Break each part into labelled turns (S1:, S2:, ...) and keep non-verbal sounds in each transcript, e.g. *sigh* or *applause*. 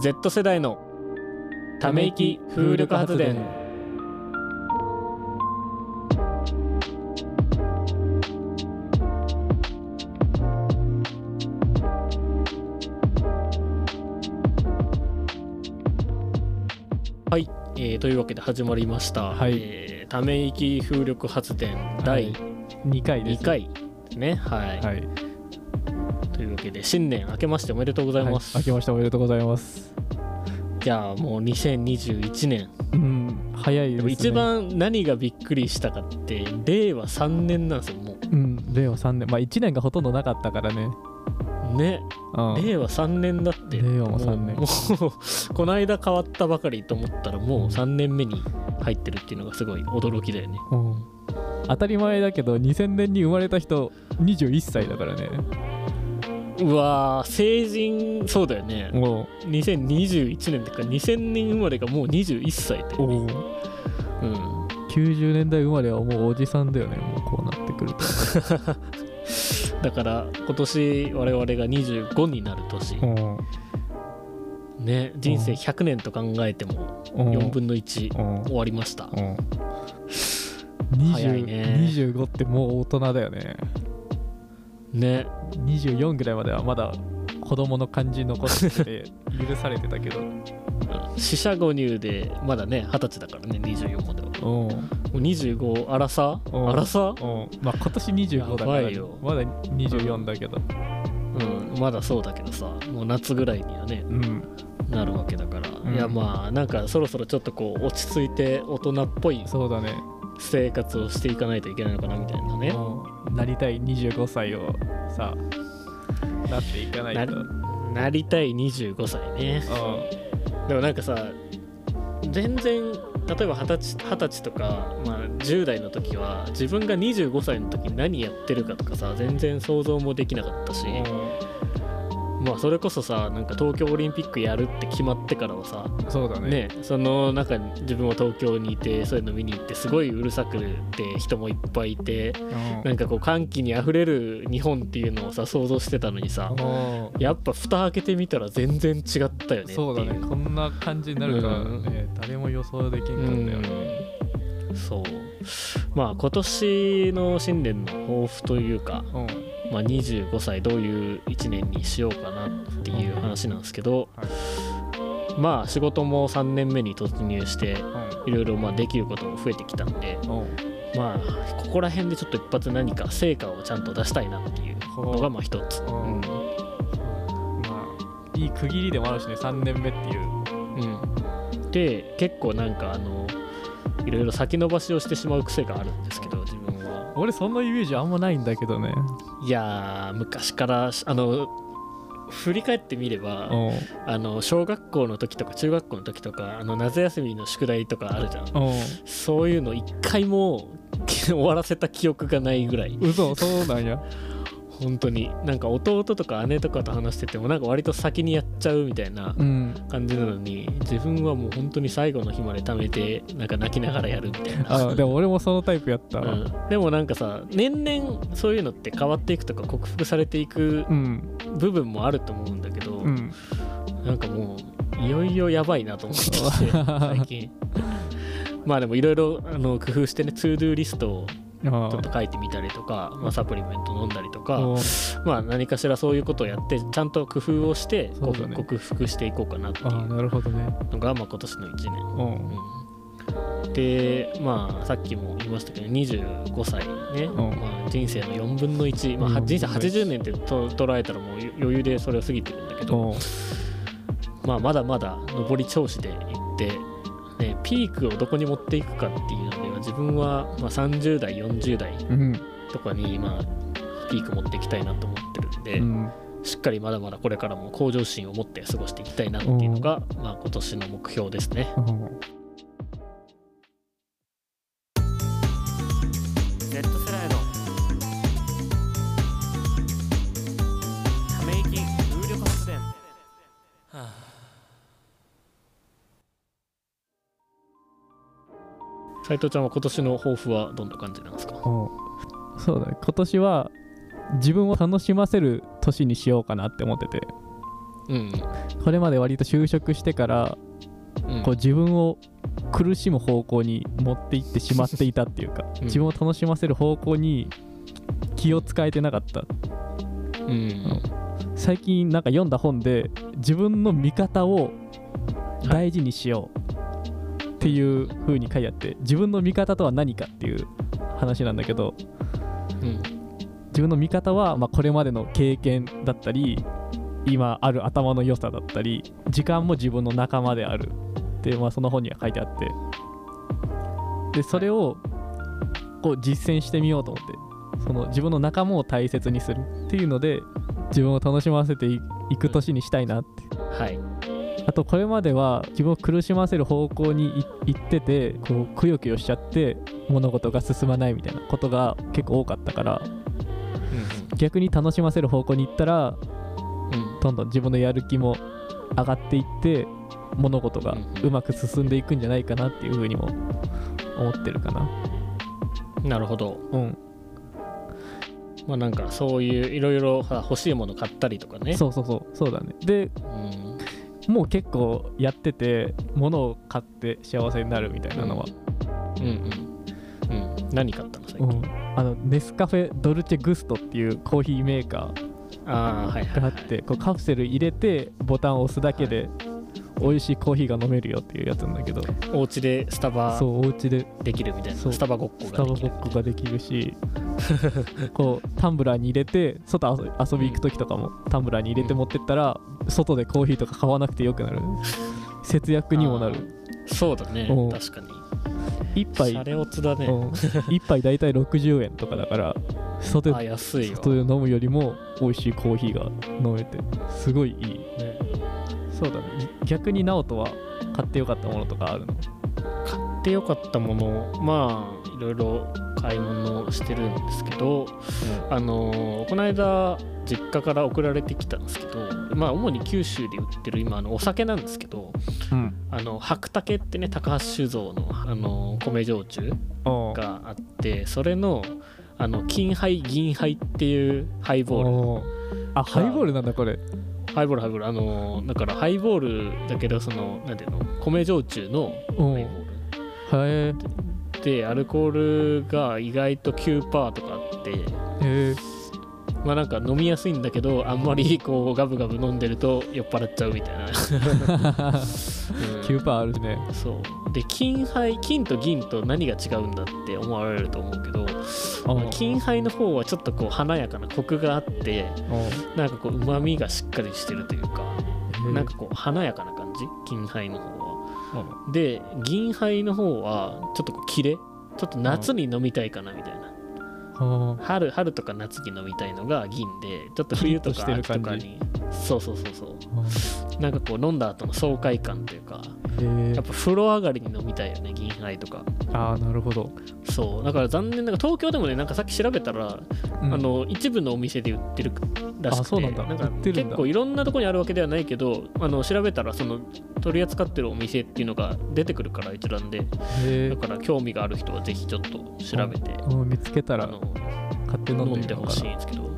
S1: Z 世代のため息風力発電はい、えーというわけで始まりました、
S2: はい
S1: えーため息風力発電第
S2: 2回で
S1: 2
S2: す
S1: 回ですねはい、
S2: はい、はい、
S1: というわけで新年明けましておめでとうございます、
S2: 明けましておめでとうございます
S1: じゃあもう2021年
S2: うん早い
S1: で
S2: です、ね、
S1: も一番何がびっくりしたかって令和3年なんですよも
S2: うん令和3年まあ1年がほとんどなかったからね
S1: うね
S2: うん
S1: 令和3年だって
S2: 令和も三年
S1: もうもうこの間変わったばかりと思ったらもう3年目に入ってるっていうのがすごい驚きだよね
S2: うん当たり前だけど2000年に生まれた人21歳だからね
S1: うわー成人そうだよね
S2: も
S1: 2021年ってか2000年生まれがもう21歳って
S2: うおう
S1: うん
S2: 90年代生まれはもうおじさんだよねもうこうなってくると
S1: だから今年我々が25になる年
S2: うん
S1: ね人生100年と考えても4分の1
S2: うん
S1: 終わりました
S2: うん
S1: 早いね
S2: 20 25ってもう大人だよね
S1: ね
S2: 24ぐらいまではまだ子供の感じ残って *laughs* て許されてたけど
S1: 四捨五入でまだね二十歳だからね24まではも
S2: うん
S1: う25荒さ
S2: うん
S1: 荒さ
S2: まあ今年25だか
S1: や
S2: ら
S1: ばいよ
S2: まだ24だけど
S1: うんまだそうだけどさもう夏ぐらいにはね
S2: うん
S1: なるわけだから、
S2: ん
S1: いやまあなんかそろそろちょっとこう落ち着いて大人っぽい
S2: そうだね
S1: 生活をしていかないといけないのかなみたいなね
S2: うんなりたい25歳をさなっていかないと
S1: ななりたい25歳ねでもなんかさ全然例えば二十歳二十歳とか、まあ、10代の時は自分が25歳の時に何やってるかとかさ全然想像もできなかったし、
S2: う
S1: まあそれこそさなんか東京オリンピックやるって決まってからはさ
S2: んそうだね
S1: ねその中に自分は東京にいてそういうの見に行ってすごいうるさくて人もいっぱいいて
S2: うん
S1: なんかこう歓喜にあふれる日本っていうのをさ想像してたのにさ
S2: うん
S1: やっぱ蓋開けてみたら全然違ったよねっていう
S2: そうだねこんな感じになるとはね誰も予想できんかったよね
S1: そうまあ今年の新年の抱負というか、
S2: うん
S1: まあ、25歳どういう1年にしようかなっていう話なんですけど、まあ仕事も3年目に突入していろいろまあできることも増えてきたんで
S2: うんうん
S1: まあここら辺でちょっと一発何か成果をちゃんと出したいなっていうのがまあ一つ、う
S2: うん
S1: ん
S2: まあいい区切りでもあるしね3年目っていう
S1: うんで結構なんかあのいろいろ先延ばしをしてしまう癖があるんですけど自分は。
S2: 俺そんなイメージあんまないんだけどね
S1: いやー昔からしあの振り返ってみれば、
S2: うん
S1: あの小学校の時とか中学校の時とかあの夏休みの宿題とかあるじゃん
S2: う
S1: そういうの一回も *laughs* 終わらせた記憶がないぐらい
S2: ん嘘そうなんや
S1: 本当になんか弟とか姉とかと話しててもなんか割と先にやっちゃうみたいな
S2: うん
S1: 感じなのに自分はもう本当に最後の日まで貯めてなんか泣きながらやるみたいな
S2: あでも俺もそのタイプやったわ
S1: うんでもなんかさ年々そういうのって変わっていくとか克服されていく
S2: うん
S1: 部分もあると思うんだけど、
S2: うん
S1: なんかもういよいよやばいなと思ってき
S2: *laughs*
S1: て最近まあでもいろいろあの工夫してねツードゥーリストを
S2: あ
S1: ちょっと書いてみたりとか、まあ、サプリメント飲んだりとか、
S2: うん
S1: まあ何かしらそういうことをやってちゃんと工夫をしてこ
S2: そうだ
S1: う
S2: ね
S1: 克服していこうかなっていう
S2: あなるほどね
S1: のが、まあ、今年の1年。
S2: うん
S1: うんでまあさっきも言いましたけど25歳ね、
S2: うん
S1: まあ、人生の4分の1、まあ、は人生80年ってと捉えたらもう余裕でそれを過ぎてるんだけど、
S2: うん
S1: まあ、まだまだ上り調子で行って、ね、ピークをどこに持っていくかっていうのでは自分はまあ30代40代
S2: うん
S1: とかにまあピーク持っていきたいなと思ってるんで、
S2: うん
S1: しっかりまだまだこれからも向上心を持って過ごしていきたいなっていうのが、まあ、今年の目標ですね。Z 世代のため息風力発電斉藤ちゃんは今年の抱負はどんな感じなんですか
S2: うんそうだね今年は自分を楽しませる年にしようかなって思ってて
S1: うん
S2: これまで割と就職してから
S1: うん
S2: こう自分を苦しむ方向に持っていってしまっていたっていうか、
S1: うん
S2: 自分を楽しませる方向に気を使えてなかった
S1: うん
S2: 最近なんか読んだ本で自分の見方を大事にしようっていう風に書いてあって自分の見方とは何かっていう話なんだけど
S1: うん
S2: 自分の見方はまあこれまでの経験だったり今ある頭の良さだったり時間も自分の仲間であるって、まあ、その本には書いてあってでそれをこう実践してみようと思ってその自分の仲間を大切にするっていうので自分を楽しませていいく年にしたいなって
S1: はい
S2: あとこれまでは自分を苦しませる方向にい行っててこうくよくよしちゃって物事が進まないみたいなことが結構多かったから逆に楽しませる方向に行ったら
S1: うんうん
S2: どんどん自分のやる気も上がっていって物事がうまく進んでいくんじゃないかなっていうふうにも思ってるかな
S1: うんなるほど
S2: うん
S1: まあなんかそういういろいろ欲しいもの買ったりとかね
S2: そうそうそうそうだねで
S1: うん
S2: もう結構やってて物を買って幸せになるみたいなのは、
S1: うんうんうん何買ったの最
S2: う
S1: 近
S2: んあのネスカフェドルチェグストっていうコーヒーメーカ
S1: ああはいはい
S2: ーが
S1: は
S2: あ
S1: い
S2: ってこうカプセル入れてボタンを押すだけで美味しいコーヒーが飲めるよっていうやつなんだけど
S1: お家でスタバ
S2: そうお家で
S1: できるみたいな
S2: そう
S1: スタバごっこ
S2: スタ
S1: が
S2: バ
S1: で
S2: ご
S1: きる
S2: っこができるし *laughs* こうタンブラーに入れて外遊び遊び行く時とかもタンブラーに入れて持ってったら外でコーヒーとか買わなくてよくなる節約にもなる
S1: そうだね
S2: うん
S1: 確かに
S2: 1
S1: シャ
S2: 杯
S1: レオツだね、
S2: うん、1杯大体60円とかだから外
S1: あ
S2: で
S1: 安いよ、
S2: 外で飲むよりも美味しいコーヒーが飲めてすごいいい
S1: ね
S2: そうだね逆に直人は買ってよかったものとかあるの
S1: 買ってよかったものまあいろいろ買い物してるんですけどあのーこの間実家から送られてきたんですけどまあ主に九州で売ってる今あのお酒なんですけど
S2: うん
S1: あの白竹ってね高橋酒造の、あのー米焼酎
S2: お
S1: があってそれのあの金杯銀杯っていうハイボール
S2: おあハイボールなんだこれ
S1: ハイボールハイボールあのーだからハイボールだけどそのなんていうの米焼酎の
S2: うん
S1: ハイボー
S2: はい
S1: ルでアルコールが意外と9%とかあって
S2: えー
S1: まあなんか飲みやすいんだけどあんまりこうガブガブ飲んでると酔っ払っちゃうみたいな、うん
S2: 9%あるね
S1: そうで金杯金と銀と何が違うんだって思われると思うけど
S2: お
S1: 金杯の方はちょっとこう華やかなコクがあって
S2: お
S1: なんかこううまみがしっかりしてるというかなんかこう華やかな感じ金杯の方はで銀杯の方はちょっとこうキレちょっと夏に飲みたいかなみたいな
S2: あ
S1: 春春とか夏に飲みたいのが銀でちょっと冬とか
S2: キリッ
S1: 秋と
S2: としてる
S1: か
S2: 感じ
S1: にそうそうそうそうなんかこう飲んだ後の爽快感というかやっぱ風呂上がりに飲みたいよね銀杯とか
S2: あーなるほど、
S1: そうだから残念ながら東京でもねなんかさっき調べたら、
S2: うん
S1: あの一部のお店で売ってるらしくて
S2: あそうなんだ
S1: か
S2: 売ってるんだ
S1: 結構いろんなとこにあるわけではないけどあの調べたらその取り扱ってるお店っていうのが出てくるから一覧で
S2: へ
S1: だ
S2: ー
S1: から興味がある人はぜひちょっと調べて、
S2: うん見つけた
S1: あ
S2: ら
S1: の
S2: 買って飲ん
S1: 飲
S2: で
S1: ん
S2: み
S1: で
S2: よう
S1: ほ
S2: か
S1: しい
S2: なん
S1: ですけど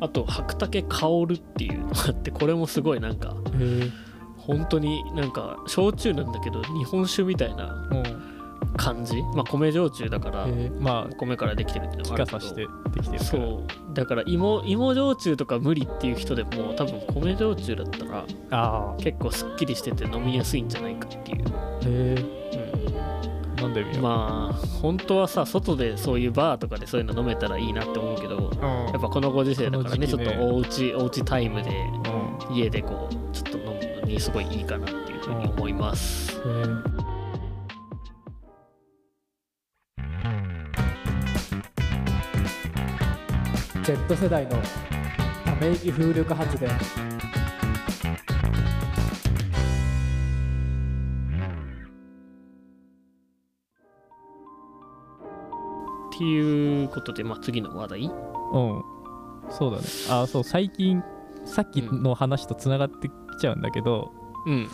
S1: あと白竹香るっていうのがあってこれもすごいなんか
S2: へー
S1: 本当になんか焼酎なんだけど日本酒みたいな
S2: うん
S1: 感じまあ米焼酎だから
S2: へーまあ
S1: 米からできてるっていうの
S2: 気
S1: もある
S2: 化
S1: けど
S2: さしてできてるから
S1: そうだから芋芋焼酎とか無理っていう人でも多分米焼酎だったら
S2: あ
S1: 結構すっきりしてて飲みやすいんじゃないかっていう、
S2: あへえ飲んでみ
S1: うん
S2: よう、
S1: まあ本当はさ外でそういうバーとかでそういうの飲めたらいいなって思うけど
S2: うん
S1: やっぱこのご時世だからねち
S2: こ
S1: ょっ
S2: の時期ね
S1: とおうちおうちタイムで
S2: うん
S1: 家でこうちょっと飲むのにすごいいいかなっていうふうに思います、
S2: えー
S3: ジェット世代のため息風力発電
S1: っていうことで、まあ、次の話題
S2: うんそうだねあそう最近さっきの話とつながってきちゃうんだけど、
S1: うん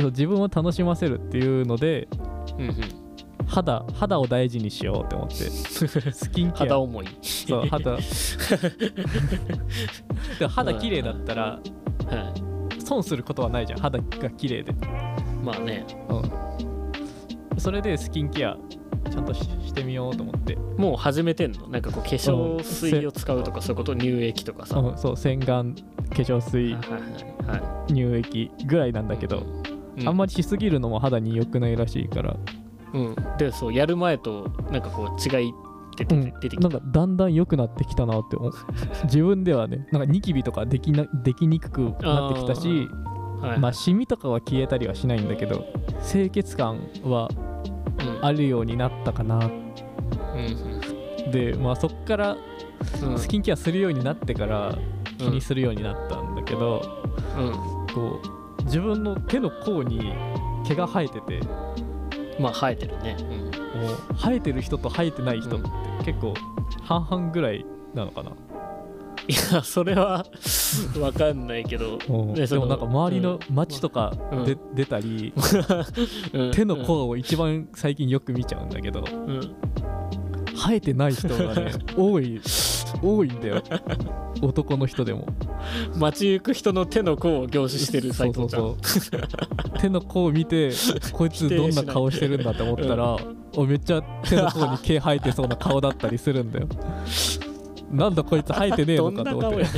S2: そう自分を楽しませるっていうので
S1: うんうん
S2: 肌肌を大事にしようって思ってスキンケア
S1: 肌思い
S2: *laughs* そう肌でも肌綺麗だったら
S1: はい
S2: 損することはないじゃん肌が綺麗で、
S1: まあね
S2: うん、それでスキンケアちゃんとししてみようと思って
S1: もう始めてんのなんかこう化粧水を使うとかそういうこと乳液とかさ、
S2: うんそう洗顔化粧水
S1: はいはいはいは
S2: 乳液ぐらいなんだけど、
S1: い、
S2: あんま
S1: り、
S2: りしすぎるのも肌に良くないらしいから、
S1: うん、でそうやる前となんかこう違い出て,、出てき
S2: な
S1: た
S2: んかだんだん良くなってきたなっ
S1: *laughs*
S2: て思う自分ではねなんかニキビとかできなできにくくなってきたし
S1: はい
S2: まあシミとかは消えたりはしないんだけど清潔感は
S1: うん
S2: あるようになったかな
S1: うん
S2: でまあそっから
S1: うん
S2: スキンケアするようになってから気にするようになったんだけど、
S1: うん
S2: こう自分の手の甲に毛が生えてても
S1: まあ生えてるね、うん
S2: う生えてる人と生えてない人って結構半々ぐらいなのかな、
S1: いや *laughs* それはわかんないけど、
S2: うん
S1: ね
S2: で
S1: そ
S2: も
S1: の
S2: なんか周りの街とか
S1: うん
S2: で、出たり
S1: うん
S2: 手の、甲を一番最近よく見ちゃうんだけど
S1: うんうん
S2: 生えてない人が
S1: *laughs*
S2: ね多い多いんだよ男の人でも
S1: 街行く人の手の甲を凝視してる斎藤ちゃん
S2: そうそうそう手の甲を見てこいつどんな顔してるんだって思ったら、おめっちゃ手の甲に毛生えてそうな顔だったりするんだよなんだこいつ生えてねえ
S1: ど
S2: の
S1: ん
S2: か
S1: な
S2: と思っ *laughs*
S1: 顔や
S2: て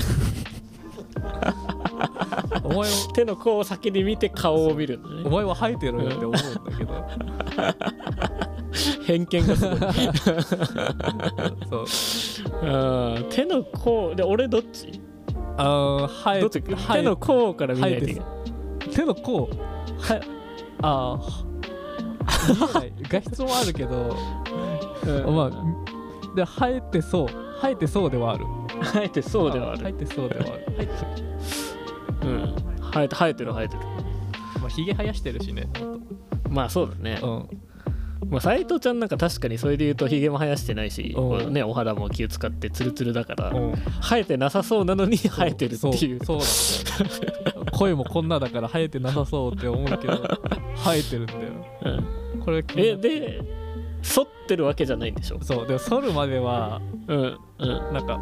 S2: お前は
S1: 手の甲を先に見て顔を見るの
S2: お
S1: ね
S2: 前は生えてるよって思うんだけど
S1: 偏見がすごい
S2: *laughs* そう
S1: うん手の甲で俺どっち
S2: あー生
S1: ど
S2: え
S1: っち
S2: 生
S1: 手
S2: え
S1: の甲から見ないといけない
S2: 手の甲はああ見えない画質もあるけど
S1: うん
S2: まあで生えてそう生えてそうではある
S1: 生えてそうではあ
S2: 生え
S1: る
S2: てそうではある
S1: *laughs*
S2: 生えて
S1: うん生えて生えてる生えてる
S2: まあひげ生やしてるしね
S1: まあそうだね
S2: うん
S1: まあ、斉藤ちゃんなんか確かにそれで言うとヒゲも生やしてないし、
S2: うん
S1: こうね、お肌も気を使ってツルツルだから、
S2: うん
S1: 生えてなさそうなのに生えてるっていう
S2: そうそうなんだよ声もこんなだから生えてなさそうって思うけど生えてるんだよ
S1: うん
S2: これ
S1: えで剃ってるわけじゃないんでしょ
S2: そうでも剃るまでは
S1: うんうん
S2: なんか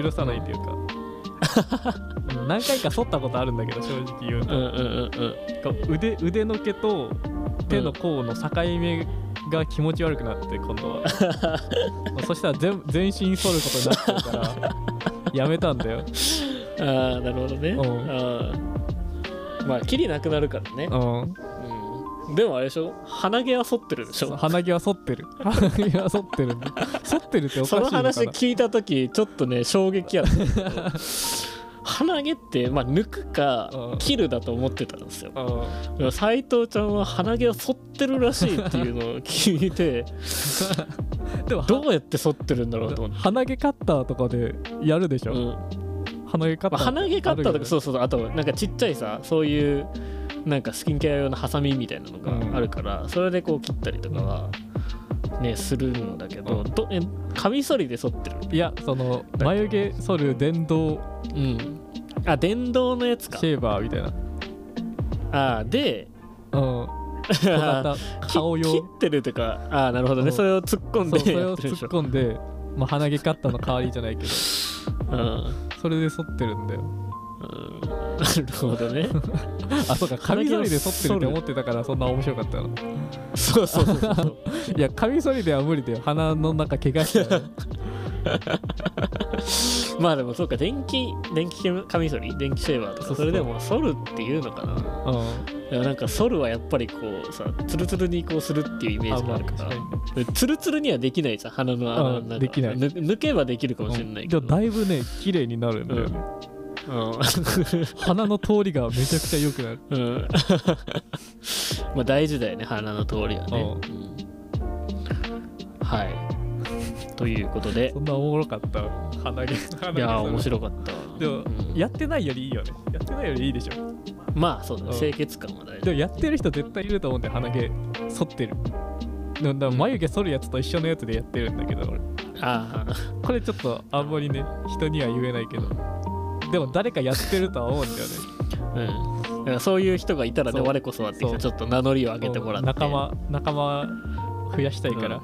S2: 許さないってい
S1: *laughs*
S2: うか何回か剃ったことあるんだけど正直言う
S1: うんうんうんうん
S2: と腕腕の毛と手の甲の境目が気持ち悪くなって今度は
S1: *laughs*
S2: そしたら全全身剃ることになっちゃうからやめたんだよ
S1: ああなるほどね、
S2: うん
S1: あーまあキリなくなるからね、
S2: う
S1: うんでもあれでしょ鼻毛は剃ってるでし
S2: ん
S1: ょ
S2: 鼻毛は剃ってる *laughs* 鼻毛は剃ってる剃ってるっておかしい
S1: その
S2: のかな
S1: 話聞いた時ちょっとね衝撃やったんだけど鼻毛って、まあ、抜くか
S2: うん
S1: 切るだと思ってたんですよ
S2: うん
S1: 斉藤ちゃんは鼻毛を剃ってるらしいっていうのを聞い
S2: *laughs*
S1: て
S2: でもは
S1: どうやって剃ってるんだろうと思って。
S2: 鼻毛カッターとかでやるでしょ、
S1: うん
S2: 鼻毛カッタ
S1: まあ
S2: ー
S1: 鼻毛カッターとかそううそうそうあとなんかちっちゃいさそういうなんかスキンケア用のハサミみたいなのがあるから、それでこう切ったりとかは、ね、するんだけど,、
S2: うん
S1: どえカミソリで剃ってる、
S2: いやその眉毛剃る電動
S1: うん、あ電動のやつか
S2: シェーバーみたいな
S1: あーで *laughs*
S2: うん小型顔用
S1: 切ってるとかああなるほどね、
S2: うん
S1: それを突っ込ん
S2: そうそ
S1: で
S2: れ
S1: や
S2: を
S1: ってるでし
S2: 突っ
S1: ょ
S2: 込んで、まあ、鼻毛カッターの代わりじゃないけど
S1: うん
S2: それで剃ってるんだよ
S1: うんなるほどね
S2: あそうかカミソリで剃ってるって思ってたからそんな面白かったの
S1: そうそうそうそうそう
S2: いやカミソリでは無理だよ鼻の中怪我しちゃうよ
S1: まあでもそうか電気電気カミソリ電気シェーバーとか
S2: そうそう
S1: それでも剃るって *laughs* いうのかな
S2: う
S1: でもなんか剃るはやっぱりこうさツルツルにこうするっていうイメ
S2: ん
S1: ージがあるか
S2: 確にね
S1: らツルツルにはできないじゃん鼻の穴の中
S2: うんできない
S1: 抜抜けばできるかもしれないけど、
S2: うんでもだいぶね綺麗になるんだよね、
S1: う
S2: 鼻の通りがめちゃくちゃ良くなる
S1: ん、うん *laughs* まあ大事だよね鼻の通りはね、うんはいということで
S2: そんなおもろかった鼻毛鼻
S1: い
S2: 毛
S1: やー面
S2: い
S1: 白かったわ
S2: でも、
S1: うん
S2: やってないよりいいよねやってないよりいいでしょ
S1: まあそうだね
S2: うん
S1: 清潔感は大事
S2: でもやってる人絶対いると思うんで鼻毛剃ってるでもだから眉毛剃るやつと一緒のやつでやってるんだけど俺
S1: ああ
S2: これちょっとあんまりね人には言えないけどでも誰かやってるとは思うんだ
S1: *laughs*
S2: よね
S1: うん、だからそういう人がいたらね
S2: そう
S1: 我こそはって
S2: そう
S1: ちょっと名乗りを上げてもらって
S2: 仲間仲間増やしたいから、
S1: うん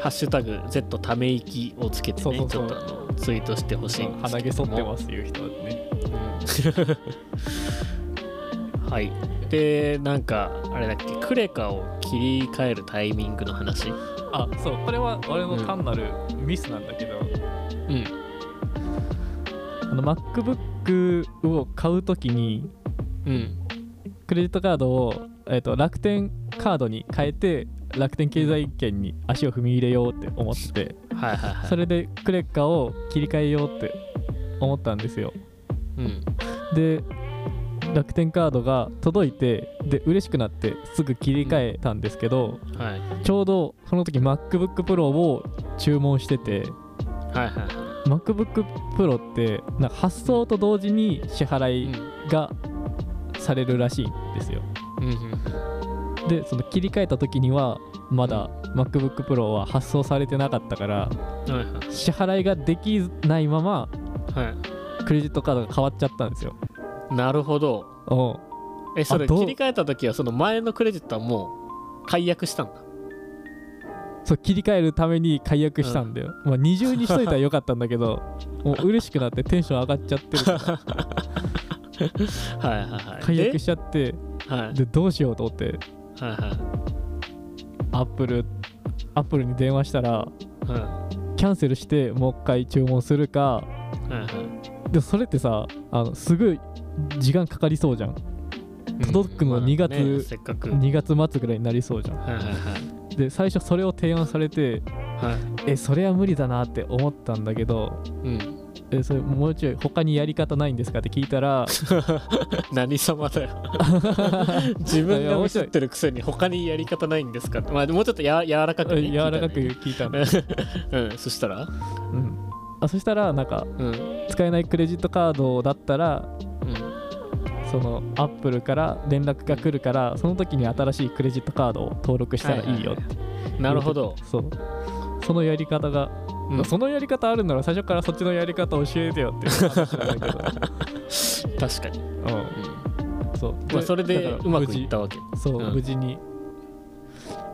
S1: ハッシュタグ Z ため息をつけてね
S2: そうそうそう
S1: ちょっとあのツイートしてほしいんです
S2: 鼻
S1: け
S2: 毛
S1: ど
S2: 剃って
S1: も
S2: ますいう人はね
S1: はいでなんかあれだっけクレカを切り替えるタイミングの話
S2: あそうこれは俺の単なるミスなんだけど、
S1: うん
S2: あの MacBook を買うときに
S1: うん
S2: クレジットカードを、えー、と楽天カードに変えて楽天経済圏に足を踏み入れようって思って
S1: はいはいはい
S2: それでクレカを切り替えようって思ったんですよ
S1: うん
S2: で楽天カードが届いてで嬉しくなってすぐ切り替えたんですけど、
S1: はい
S2: ちょうどその時 MacBookPro を注文してて
S1: はいはいは
S2: MacBookPro ってなんか発送と同時に支
S1: い
S2: 払いがされるらしいんですよ
S1: うんうん
S2: でその切り替えた時にはまだ MacBookPro は発送されてなかったから
S1: うんはい
S2: 支払いができないまま
S1: はいは
S2: クレジットカードが変わっちゃったんですよ
S1: いなるほど
S2: うん
S1: えそれ
S2: あどう
S1: 切り替えた時はその前のクレジットはもう解約したんだ
S2: そう切り替えるために解約したんだよ、まあ二重にしといたらよかったんだけ
S1: *laughs*
S2: どもう嬉しくなってテンション上がっちゃってるから
S1: はいはいはい
S2: 解約
S1: で
S2: しちゃって
S1: はい
S2: でどうしようと思って
S1: はいは
S2: アップルアップルに電話したら
S1: いは
S2: キャンセルしてもう一回注文するか
S1: いはいはい
S2: でもそれってさあのすごい時間かかりそうじゃん届くの
S1: まあ
S2: 2月
S1: ねせっかく
S2: 2月末ぐらいになりそうじゃん
S1: はいはい
S2: で最初それを提案されて
S1: はいはい
S2: えそれは無理だなって思ったんだけど *laughs*
S1: うん
S2: えそれもうちょい他にやり方ないんですかって聞い
S1: *laughs*
S2: たら
S1: 何様だよ自分が映ってるくせに他にやり方ないんですかってまあもうちょっとや柔らかく、ね、
S2: *laughs* 柔らかく
S1: 聞い
S2: 聞いた
S1: た
S2: んだ、
S1: ねうん *laughs* そしたら
S2: うん、あそしたらなんか
S1: うんうん
S2: 使えないクレジットカードだったらそのアップルから連絡が来るからその時に新しいクレジットカードを登録したらいいよって
S1: はなるほど、
S2: そうそのやり方が、
S1: うん
S2: そのやり方あるなら最初からそっちのやり方教えてよっていう話な
S1: *laughs*
S2: んだけど、
S1: 確かに、うん
S2: うん、そう
S1: まあ、それで
S2: だから
S1: うまく
S2: 無
S1: い
S2: 事
S1: ったわけ
S2: そう、
S1: うん
S2: 無事に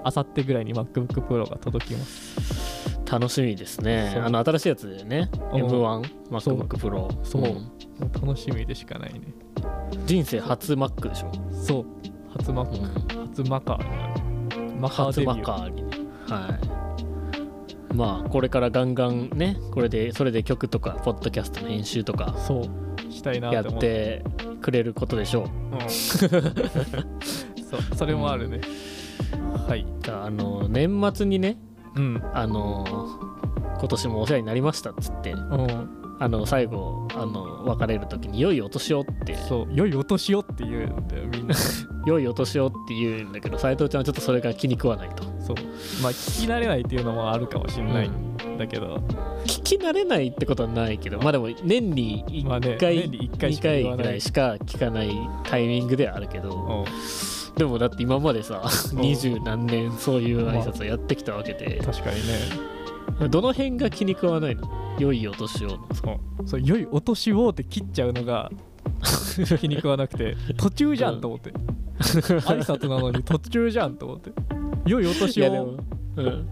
S2: あさってぐらいに MacBookPro が届きます
S1: 楽しみですね
S2: そう
S1: あの新しいやつでね
S2: うんそう
S1: M1MacBookPro
S2: そうもう楽しみでしかないね
S1: 人生初 Mac でしょ、
S2: そう初マ初マカーになるマカー
S1: 初
S2: デビ
S1: マ
S2: ュ
S1: カ
S2: ー
S1: ーにねはいまあこれからガンガンねこれでそれで曲とかポッドキャストの編集とか
S2: そうしたいな
S1: や
S2: って思
S1: っ
S2: って
S1: てくれることでしょう
S2: うん *laughs* そうそれもあるね、はい
S1: だからあの年末にね
S2: うん
S1: あの今年もお世話になりましたっつって
S2: うん
S1: あの最後あの別れる時に「良いお年を」って
S2: そう良いお年をって言うんだよ
S1: *laughs*
S2: みんなそ
S1: 「良いお年を」って言うんだけど斎藤ちゃんはちょっとそれが気に食わないと、
S2: うまあ聞き慣れないっていうのもあるかもしれないんだけど、
S1: 聞き慣れないってことはないけどまあでも年に
S2: まあね
S1: 1回、
S2: 年に一回し
S1: 2
S2: か言
S1: 回ぐ
S2: わない
S1: らいしか聞かないタイミングではあるけど
S2: うん
S1: でもだって今までさ
S2: ん
S1: 二十何年そういう挨拶をやってきたわけで、
S2: 確かにね
S1: どの辺が気に食わないの良いお年をの
S2: そうそう良いお年をって切っちゃうのが *laughs* 気に食わなくて途中じゃんと思って、挨拶なのに途中じゃんと思って良いお年を
S1: うん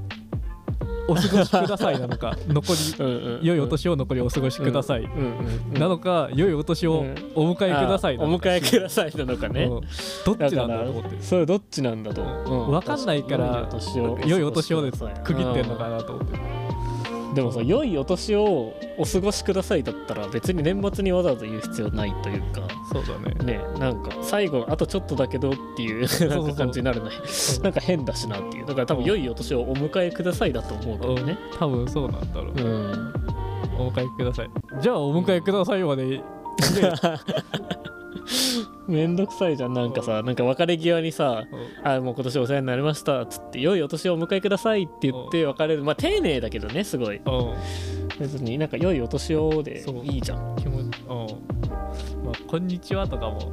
S2: お過ごしくださいなのか残
S1: う
S2: り
S1: んうん
S2: 良いお年を残りお過ごしください、
S1: うんうんうん
S2: なのか良いお年をお迎えください
S1: あ
S2: な
S1: お
S2: のか
S1: 迎えくださいなのかね、
S2: うんどっちなんだ
S1: ら
S2: と思って
S1: それどっちなんだと、
S2: うんわかんないから良いお年をで区切ってんのか
S1: な
S2: なと思って
S1: でもさ良いお年をお過ごしくださいだったら別に年末にわざわざ言う必要ないというか
S2: そうだね
S1: ねなんか最後あとちょっとだけどっていう
S2: う
S1: な
S2: そうん
S1: か感じになるね
S2: そう
S1: なんか変だしなっていうだから多分
S2: うん
S1: 良いお年をお迎えくださいだと思うけどね
S2: 多分そうなんだろう
S1: う、ん
S2: お迎えくださいじゃあお迎えくださいまで、
S1: *laughs* めんどくさいじゃんなんかさなんか別れ際にさあもう今年お世話になりましたっつって良いお年をお迎えくださいって言って別れるまあ丁寧だけどねすごい
S2: うん
S1: 別になんか良いお年をで
S2: そう
S1: いいじゃん
S2: 気持ち、うん。まあ、こんにちはとかも。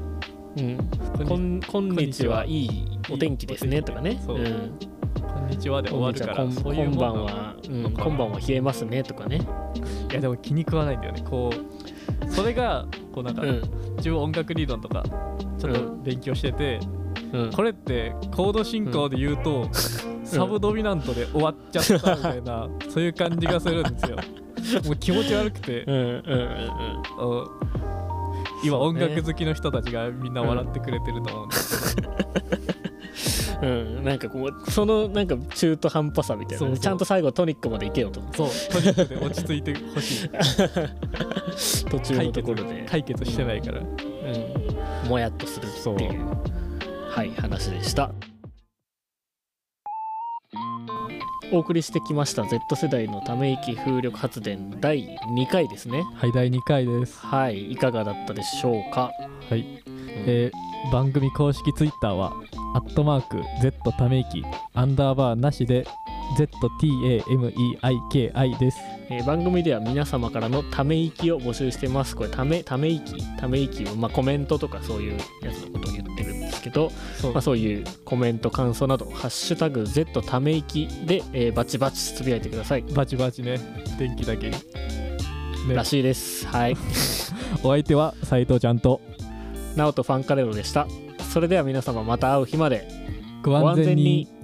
S1: うん
S2: こ
S1: こ
S2: ん
S1: んこんにちはいいお天気ですね
S2: いい
S1: とかね
S2: そう
S1: うん
S2: こんにちはで終
S1: こ
S2: わ
S1: んに
S2: る
S1: ち
S2: か
S1: はこ
S2: ら、
S1: ん
S2: そういう
S1: 今
S2: も
S1: 晩
S2: んなの
S1: はうん今晩は冷えますねとかね
S2: いや、でも気に食わないんだよね。こう、それが、こうなんか、
S1: うん
S2: 自分音楽理論とか、ちょっと勉強してて、
S1: うん
S2: これって、コード進行で言うと、サブドミナントで終わっちゃったみたいなそういう感じがするんですよもう気持ち悪くて、
S1: うんうんうん
S2: あの今音楽好きの人たちがみんな笑ってくれてると思うんです
S1: うん、うん、なんかこうそのなんか中途半端さみたいなね、
S2: そうそう
S1: ちゃんと最後トニックまで行けよと
S2: そうトニックで落ち着いて
S1: *laughs*
S2: ほしい
S1: 途中
S2: 解
S1: のところ
S2: 決
S1: で、
S2: 解決してないから
S1: うん、もやっとするっていうはい話でしたお送りしてきました Z 世代のため息風力発電第2回ですね
S2: はい第2回です
S1: はいいかがだったでしょうか
S2: はい、えー番組公式ツイッターはアットマーク Z ため息アンダーバーなしで ZTAMEIKI です
S1: えー番組では皆様からのため息を募集してますこれためため息ため息を、まあ、コメントとかそういうやつのことを言ってるんですけど、
S2: そう
S1: まあ、そういうコメント感想など「ハッシュタグ #Z ため息で」えーバチバチつぶやいてください、
S2: バチバチね電気だけに、ね
S1: らしいですはい
S2: お相手は斉藤ちゃんと
S1: ナオとファンカレロでしたそれでは皆様また会う日まで
S2: ご安全に。